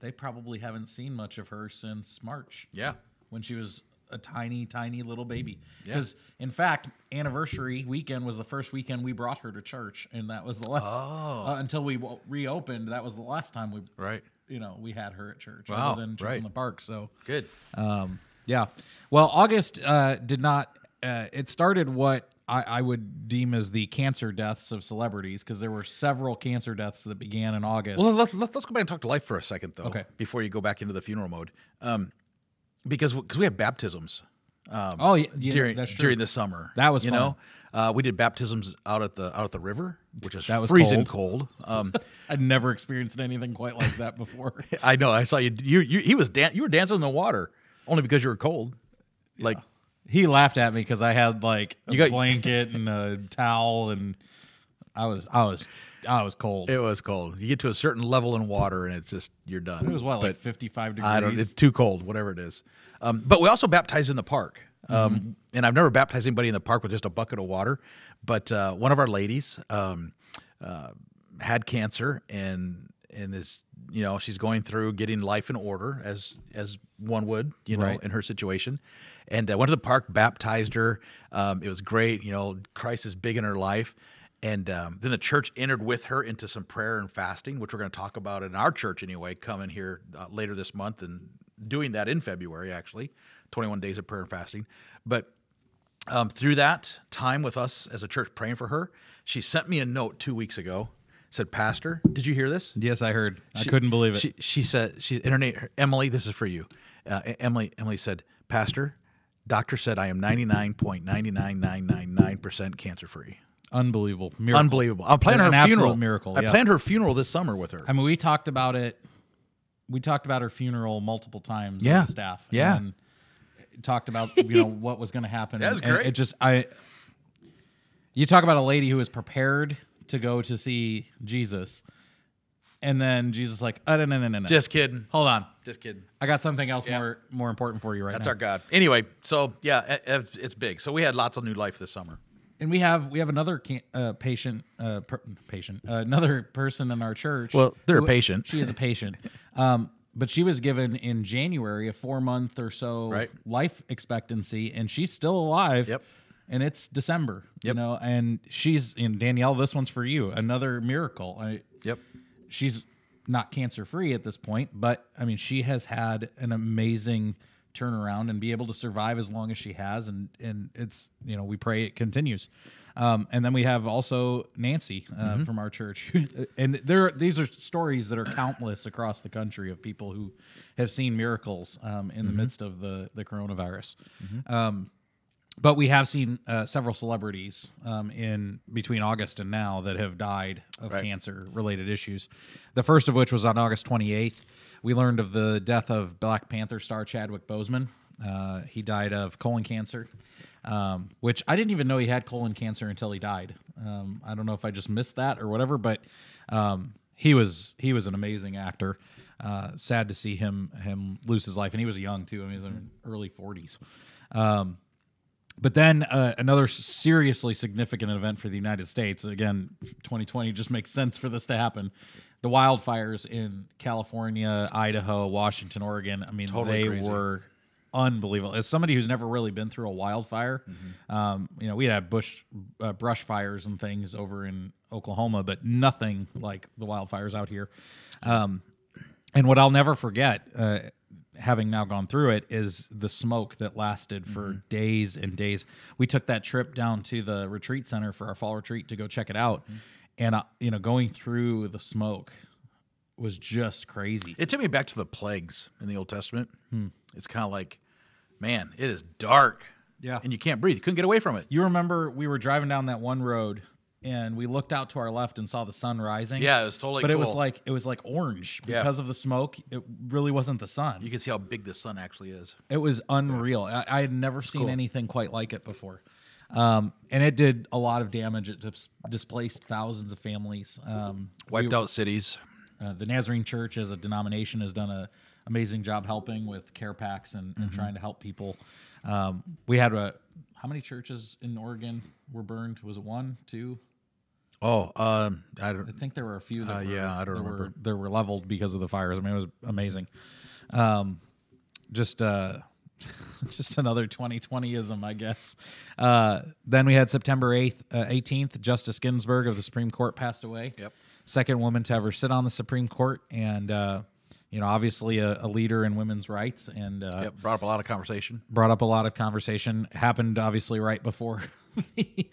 they probably haven't seen much of her since march
Yeah.
when she was a tiny tiny little baby because in fact anniversary weekend was the first weekend we brought her to church and that was the last
Oh.
uh, until we w- reopened that was the last time we
Right.
you know, we had her at church
Wow,
other than church
right.
in the park. So,
Good.
um, yeah. Well, August uh, did not. Uh, it started what I, I would deem as the cancer deaths of celebrities because there were several cancer deaths that began in August.
Well, let's, let's let's go back and talk to life for a second though.
Okay.
Before you go back into the funeral mode, um, because because we have baptisms. Um,
oh, yeah, yeah,
during
that's true.
during the summer.
That was
you know uh, we did baptisms out at the out at the river, which is
That was
freezing cold. Um, (laughs)
I'd never experienced anything quite like that before.
I know I saw you. You, you he was dan- you were dancing in the water only because you were cold. Like
(laughs) he laughed at me because I had like a
You got-
blanket and a towel, and I was I was I was cold. It,
it was cold. You get to a certain level in water and it's just you're done.
was what like fifty five degrees.
I don't. It's too cold. Whatever it is. Um, but we also baptize in the park. Um,
Mm-hmm.
And I've never baptized anybody in the park with just a bucket of water. But uh, one of our ladies um, uh, had cancer and and is you know she's going through getting life in order as as one would you know
Right.
in her situation. And I went to the park, baptized her. Um, it was great. You know, Christ is big in her life. And um, then the church entered with her into some prayer and fasting, which we're going to talk about in our church anyway, coming here uh, later this month and doing that in February, actually, 21 days of prayer and fasting. But um, through that time with us as a church praying for her, she sent me a note two weeks ago. Said, Pastor, did you hear this?
yes, I heard. I couldn't believe it.
She, she said, she's internet, Emily, this is for you. Uh, E- Emily, Emily said, Pastor, doctor said I am 99.99999% cancer free.
Unbelievable. Miracle.
Unbelievable. I'm planning
An
her
absolute
funeral.
miracle,
I
yeah.
planned her funeral this summer with her.
I mean, we talked about it. We talked about her funeral multiple times.
Yeah.
As a staff.
Yeah.
And talked about
(laughs)
you know what was going to happen.
That was
and, and
great.
it just I. You talk about a lady who was prepared to go to see Jesus, and then Jesus is like, oh, no, no, no, no, no.
Just kidding.
hold on.
Just kidding.
I got something else more more important for you right
That's
now.
our God. Anyway, so yeah, it- it- it's big. So we had lots of new life this summer.
and we have we have another can, uh, patient uh, per, patient uh, another person in our church.
Well, they're a
who-
patient.
She is a
(laughs)
patient. Um, but she was given in January a four month or so
Right.
life expectancy, and she's still alive.
Yep.
And it's December, you
Yep.
know, and she's and Danielle. This one's for you. Another miracle. I,
Yep.
she's not cancer free at this point, but I mean, she has had an amazing turnaround and be able to survive as long as she has. And, and it's, you know, we pray it continues. Um, and then we have also Nancy uh, from our church. and there, these are stories that are countless across the country of people who have seen miracles um, in the midst of the, the coronavirus. Um, but we have seen uh, several celebrities um, in between August and now that have died of cancer related issues. The first of which was on August 28th. We learned of the death of Black Panther star Chadwick Boseman. Uh, he died of colon cancer, um, which I didn't even know he had colon cancer until he died. Um, I don't know if I just missed that or whatever, but um, he was he was an amazing actor. Uh, sad to see him him lose his life, and he was young too. I mean, he was in early 40s. Um, but then uh, another seriously significant event for the United States. Again, 2020 just makes sense for this to happen. The wildfires in California, Idaho, Washington, Oregon. I mean,
Totally
they
crazy.
were unbelievable. As somebody who's never really been through a wildfire,
Mm-hmm.
um, you know, we had bush uh, brush fires and things over in Oklahoma, but nothing like the wildfires out here. Um, and what I'll never forget, uh, having now gone through it, is the smoke that lasted
Mm-hmm.
for days and days. We took that trip down to the retreat center for our fall retreat to go check it out,
Mm-hmm.
and uh, you know, going through the smoke was just crazy.
It took me back to the plagues in the Old Testament. It's kind of like, man, it is dark.
Yeah.
And you can't breathe. You couldn't get away from it.
You remember we were driving down that one road and we looked out to our left and saw the sun rising.
Yeah, it was totally
but it was
cool.
like it was like orange
Yeah.
because of the smoke. It really wasn't the sun.
You can see how big the sun actually is.
It was unreal. I, I had never seen anything quite like it before. Um, and it did a lot of damage. It dis- displaced thousands of families. Um,
Wiped out cities.
uh, the Nazarene Church as a denomination has done a amazing job helping with care packs and, and trying to help people. Um, we had a how many churches in Oregon were burned? Was it one, two?
Oh, um, I
I
don't.
think there were a few that
Uh,
were,
yeah, I don't
that
remember.
were that were leveled because of the fires. I mean, it was amazing. Um, just uh, (laughs) just another 2020ism, I guess. Uh, then we had September 8th, uh, 18th, Justice Ginsburg of the Supreme Court passed away.
Yep.
Second woman to ever sit on the Supreme Court, and uh, you know, obviously a, a leader in women's rights, and uh,
Yep, brought up a lot of conversation.
brought up a lot of conversation. Happened obviously right before (laughs) the,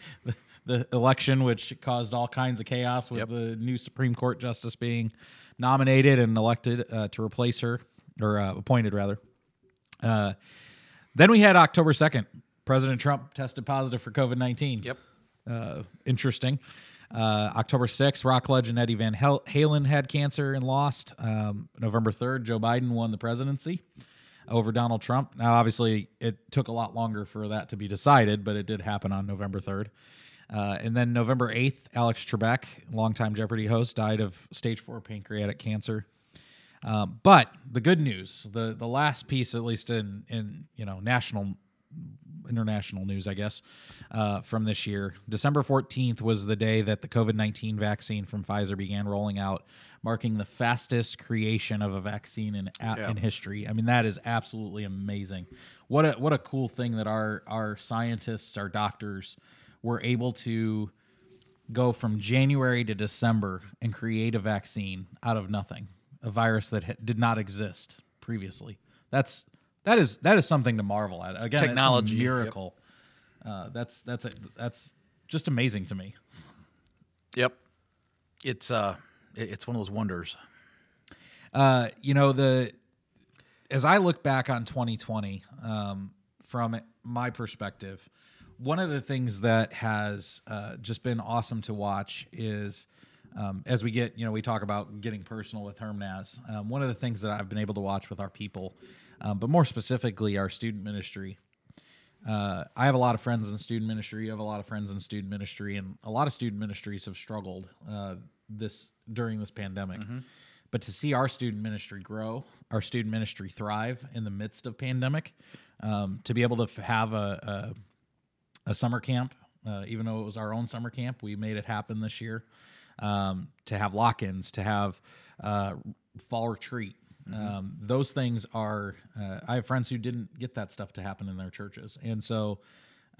the election, which caused all kinds of chaos with
Yep.
the new Supreme Court justice being nominated and elected uh, to replace her or uh, appointed rather. Uh, then we had October second. President Trump tested positive for COVID nineteen
Yep.
uh, interesting. Uh, October 6th, rock legend Eddie Van Hel- Halen had cancer and lost. Um, November 3rd, Joe Biden won the presidency over Donald Trump. Now, obviously, it took a lot longer for that to be decided, but it did happen on November 3rd. Uh, and then November 8th, Alex Trebek, longtime Jeopardy host, died of stage four pancreatic cancer. Um, but the good news, the the last piece, at least in in you know national international news, I guess, uh, from this year. December 14th was the day that the COVID 19 vaccine from Pfizer began rolling out, marking the fastest creation of a vaccine in, a- in history. I mean, that is absolutely amazing. What a, what a cool thing that our, our scientists, our doctors were able to go from January to December and create a vaccine out of nothing, a virus that ha- did not exist previously. That's that is that is something to marvel at. Again,
Technology,
technology
yep.
miracle. Uh, that's that's a, that's just amazing to me.
Yep. It's uh, it- it's one of those wonders.
Uh, you know the as I look back on 2020 um, from my perspective, one of the things that has uh, just been awesome to watch is um, as we get, you know, we talk about getting personal with Hermnaz. Um, one of the things that I've been able to watch with our people, um, but more specifically our student ministry, uh, I have a lot of friends in student ministry. You have a lot of friends in student ministry, and a lot of student ministries have struggled uh, this during this pandemic. But to see our student ministry grow, our student ministry thrive in the midst of pandemic, um, to be able to f- have a, a, a summer camp, uh, even though it was our own summer camp, we made it happen this year. Um, to have lock-ins, to have uh, fall retreat, um, those things are. Uh, I have friends who didn't get that stuff to happen in their churches, and so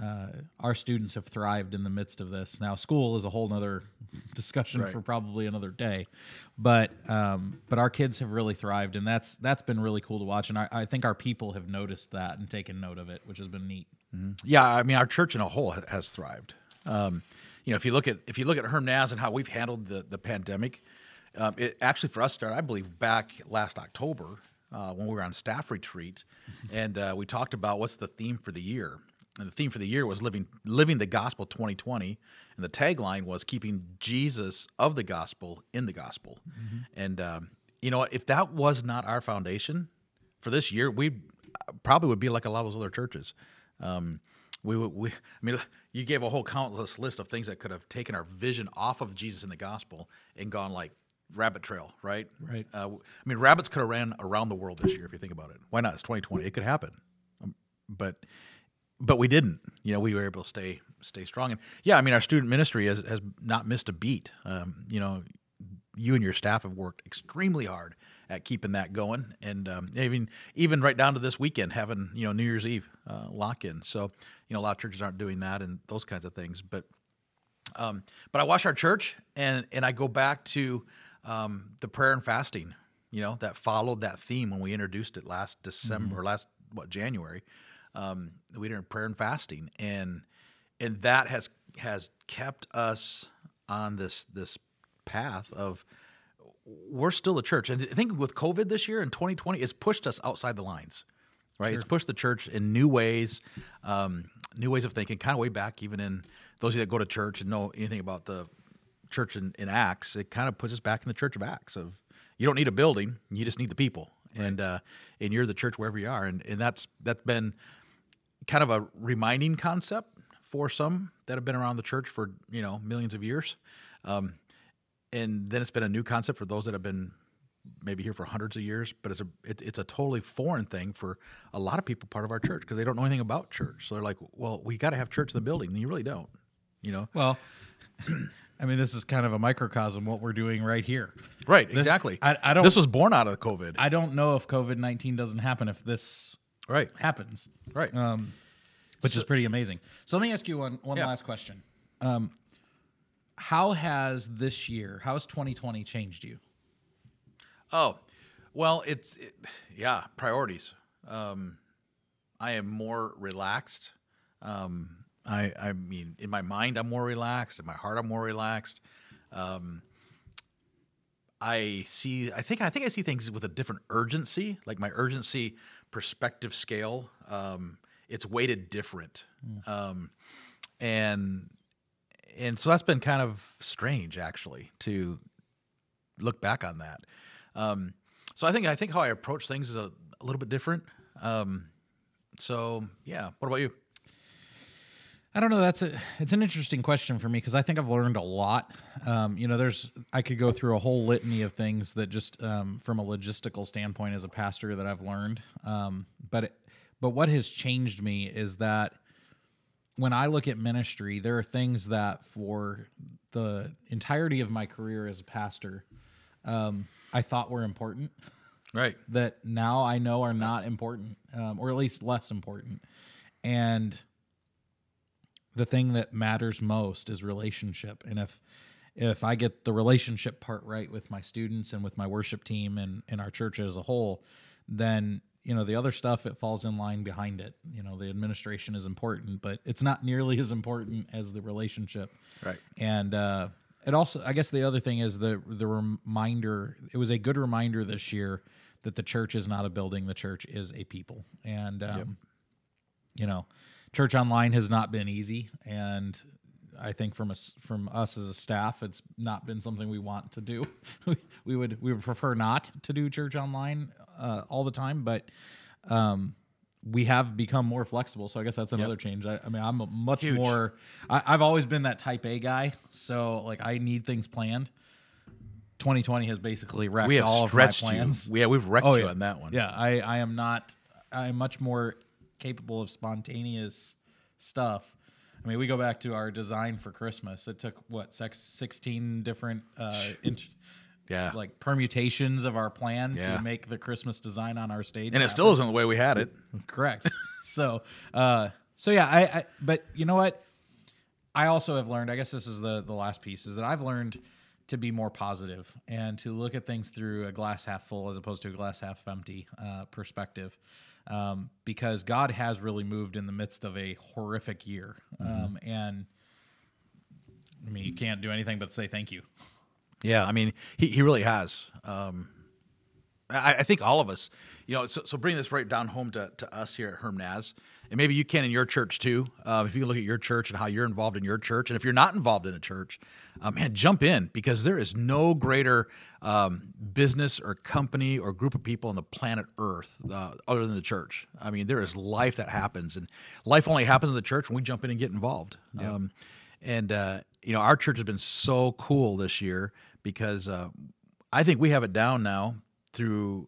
uh, our students have thrived in the midst of this. Now, school is a whole nother (laughs) discussion for probably another day, but um, but our kids have really thrived, and that's that's been really cool to watch. And I, I think our people have noticed that and taken note of it, which has been neat.
Yeah, I mean, our church in a whole ha- has thrived. Um, you know, if you look at if you look at Herm Naz and how we've handled the the pandemic, um, it actually for us started, I believe, back last October uh, when we were on staff retreat, and uh, we talked about what's the theme for the year. And the theme for the year was living living the gospel 2020, and the tagline was keeping Jesus of the gospel in the gospel. And um, you know, if that was not our foundation, for this year, we uh, probably would be like a lot of those other churches. Um, we, would- we, I mean, (laughs) you gave a whole countless list of things that could have taken our vision off of Jesus and the gospel and gone like rabbit trail, right?
Right.
Uh, I mean, rabbits could have ran around the world this year if you think about it. Why not? It's 2020. It could happen, um, but but we didn't. You know, we were able to stay stay strong. And yeah, I mean, our student ministry has, has not missed a beat. Um, you know, you and your staff have worked extremely hard at keeping that going, and um, even even right down to this weekend, having you know New Year's Eve uh, lock in. So you know, a lot of churches aren't doing that and those kinds of things, but. Um, but I watch our church, and and I go back to um, the prayer and fasting. You know that followed that theme when we introduced it last December, or last what January. Um, we did prayer and fasting, and and that has has kept us on this this path of we're still a church. And I think with COVID this year in 2020, it's pushed us outside the lines, right? It's pushed the church in new ways. Um, new ways of thinking, kind of way back, even in those of you that go to church and know anything about the church in, in Acts, it kind of puts us back in the church of Acts of you don't need a building, you just need the people. And uh, and you're the church wherever you are. And and that's that's been kind of a reminding concept for some that have been around the church for, you know, millions of years. Um, and then it's been a new concept for those that have been maybe here for hundreds of years, but it's a it, it's a totally foreign thing for a lot of people part of our church because they don't know anything about church. So they're like, "Well, we got to have church in the building," and you really don't, you know?
Well, (clears throat) I mean, this is kind of a microcosm what we're doing right here.
Right? Exactly.
I- I don't-
This was born out of COVID.
I don't know if COVID nineteen doesn't happen if this
right.
happens,
Right.
um, which is pretty amazing. So let me ask you one one
Yeah.
last question. Um, how has this year, how's twenty twenty changed you?
Oh, well, it's it, yeah, priorities. Um, I am more relaxed. Um, I I mean, in my mind, I'm more relaxed. In my heart, I'm more relaxed. Um, I see. I think. I think I see things with a different urgency. Like my urgency perspective scale, um, it's weighted different, um, and and so that's been kind of strange actually to look back on that. Um, so I think I think how I approach things is a, a little bit different. Um, so yeah, what about you?
I don't know. That's a it's an interesting question for me because I think I've learned a lot. Um, you know, there's I could go through a whole litany of things that just um, from a logistical standpoint as a pastor that I've learned. Um, but it, but what has changed me is that when I look at ministry, there are things that for the entirety of my career as a pastor, um, I thought were important
Right.
that now I know are not important, um, or at least less important. And the thing that matters most is relationship. And if if I get the relationship part right with my students and with my worship team and in our church as a whole, then you know the other stuff it falls in line behind it. You know the administration is important, but it's not nearly as important as the relationship
Right.
and uh, it also i guess the other thing is the the reminder it was a good reminder this year that the church is not a building the church is a people and um, you know church online has not been easy and i think from us from us as a staff it's not been something we want to do (laughs) we would we would prefer not to do church online uh, all the time but um we have become more flexible so i guess that's another change I, I mean i'm a much
Huge.
more I, i've always been that type a guy so like i need things planned 2020 has basically wrecked
We have
all of my
stretched you.
plans
Yeah, we've wrecked
Oh,
you
yeah.
on that one.
yeah, I, I am not. I am much more capable of spontaneous stuff. I mean, we go back to our design for Christmas. It took what sex sixteen different uh, int-
Yeah.
like permutations of our plan
Yeah.
to make the Christmas design on our stage,
and it still isn't the way we had it.
happen. correct. so, uh, so yeah, I, I. But you know what? I also have learned. I guess this is the the last piece is that I've learned to be more positive and to look at things through a glass half full as opposed to a glass half empty uh, perspective, um, because God has really moved in the midst of a horrific year,
Mm-hmm.
um, and I mean you can't do anything but say thank you.
Yeah, I mean, he, he really has. Um, I, I think all of us, you know, so, so bring this right down home to, to us here at Herm Naz. And maybe you can in your church too. Uh, if you can look at your church and how you're involved in your church. And if you're not involved in a church, uh, man, jump in because there is no greater um, business or company or group of people on the planet Earth uh, other than the church. I mean, there is life that happens, and life only happens in the church when we jump in and get involved. Um, and uh, you know, our church has been so cool this year because uh, I think we have it down now through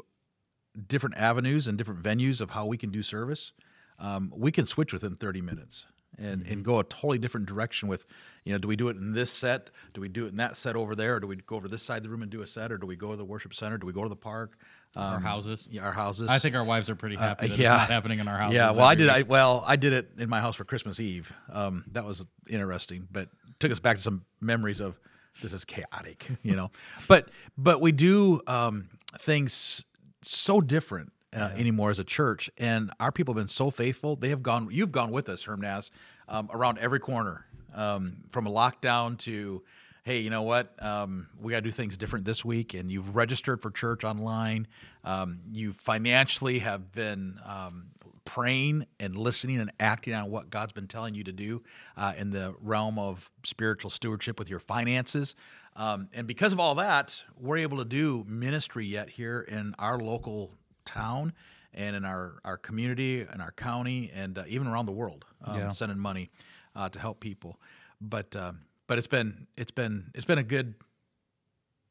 different avenues and different venues of how we can do service. Um, we can switch within 30 minutes and,
Mm-hmm.
and go a totally different direction with, you know, do we do it in this set? Do we do it in that set over there? Or do we go over this side of the room and do a set? Or do we go to the worship center? Do we go to the park? Um,
our houses.
yeah, our houses.
I think our wives are pretty happy that
yeah.
it's not happening in our house.
Yeah, well, I did. I, well, I did it in my house for Christmas Eve. Um, that was interesting, but took us back to some memories of this is chaotic, (laughs) you know. but but we do um, things so different uh, anymore as a church, and our people have been so faithful. They have gone. You've gone with us, Herm Naz, um, around every corner, um, from a lockdown to. hey, you know what? Um, we got to do things different this week. And you've registered for church online. Um, you financially have been um, praying and listening and acting on what God's been telling you to do uh, in the realm of spiritual stewardship with your finances. Um, and because of all that, we're able to do ministry yet here in our local town and in our, our community and our county and uh, even around the world um,
Yeah.
sending money uh, to help people. But um, but it's been it's been it's been a good,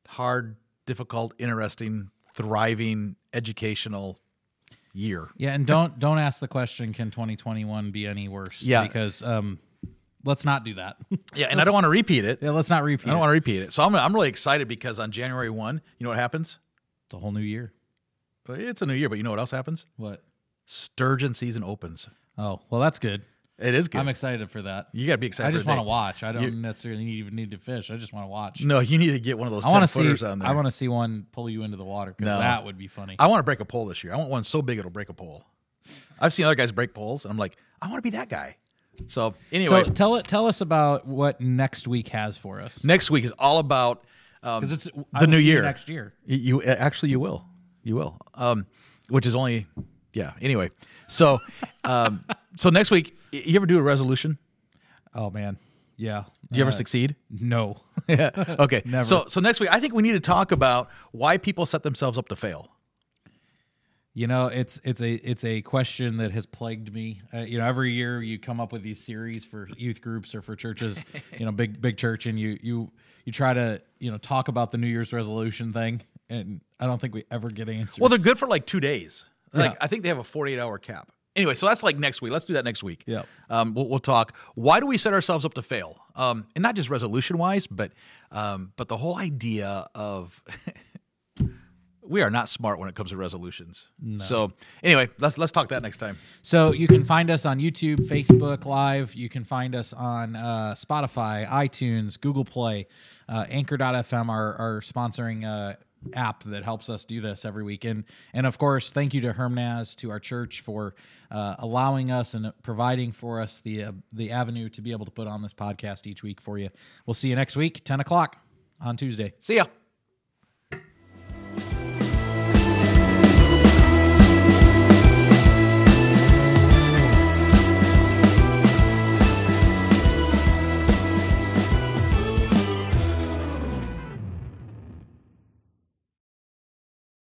hard, difficult, interesting, thriving, educational year.
Yeah, and don't don't ask the question. Can 2021 be any worse?
Yeah.
because um, let's not do that. (laughs)
Yeah, and I don't want to repeat it.
yeah, let's not repeat.
I don't
it.
want to repeat it. So I'm I'm really excited because on January one, you know what happens?
It's a whole new year.
It's a new year, but you know what else happens?
What?
Sturgeon season opens.
Oh, well, that's good.
It is good.
I'm excited for that.
you gotta be excited.
I just
for the
want to
day.
watch. I don't necessarily need, even need to fish. I just want to watch.
No, you need to get one of those.
I want to
10 footers
see.
on there.
I want to see one pull you into the water because
No.
that would be funny.
I want to break a pole this year. I want one so big it'll break a pole. I've seen other guys break poles, and I'm like, I want to be that guy. So anyway,
So tell it. Tell us about what next week has for us.
next week is all about um,
Because it's
the new
see you
year.
next year.
Y- You, uh, actually you will, you will. Um, which is only, yeah. Anyway, so um, so next week, y- you ever do a resolution?
Oh man, yeah.
Do you ever succeed?
No. (laughs)
yeah. (laughs) Okay. So so next week, I think we need to talk about why people set themselves up to fail.
You know, it's it's a it's a question that has plagued me. Uh, you know, every year you come up with these series for youth groups or for churches, you know, big big church, and you you you try to you know talk about the New Year's resolution thing, and I don't think we ever get answers.
Well, they're good for like two days. Like
Yeah.
I think they have a forty-eight hour cap. Anyway, so that's like next week. Let's do that next week.
Yeah.
Um, we'll, we'll talk. Why do we set ourselves up to fail? Um, and not just resolution-wise, but um, but the whole idea of (laughs) we are not smart when it comes to resolutions. So anyway, let's let's talk that next time.
So you can find us on YouTube, Facebook Live. You can find us on uh, Spotify, iTunes, Google Play, uh, Anchor.fm, our, our sponsoring uh, app that helps us do this every week. And, and of course, thank you to Hermnaz, to our church for uh, allowing us and providing for us the, uh, the avenue to be able to put on this podcast each week for you. We'll see you next week, 10 o'clock on Tuesday.
See ya.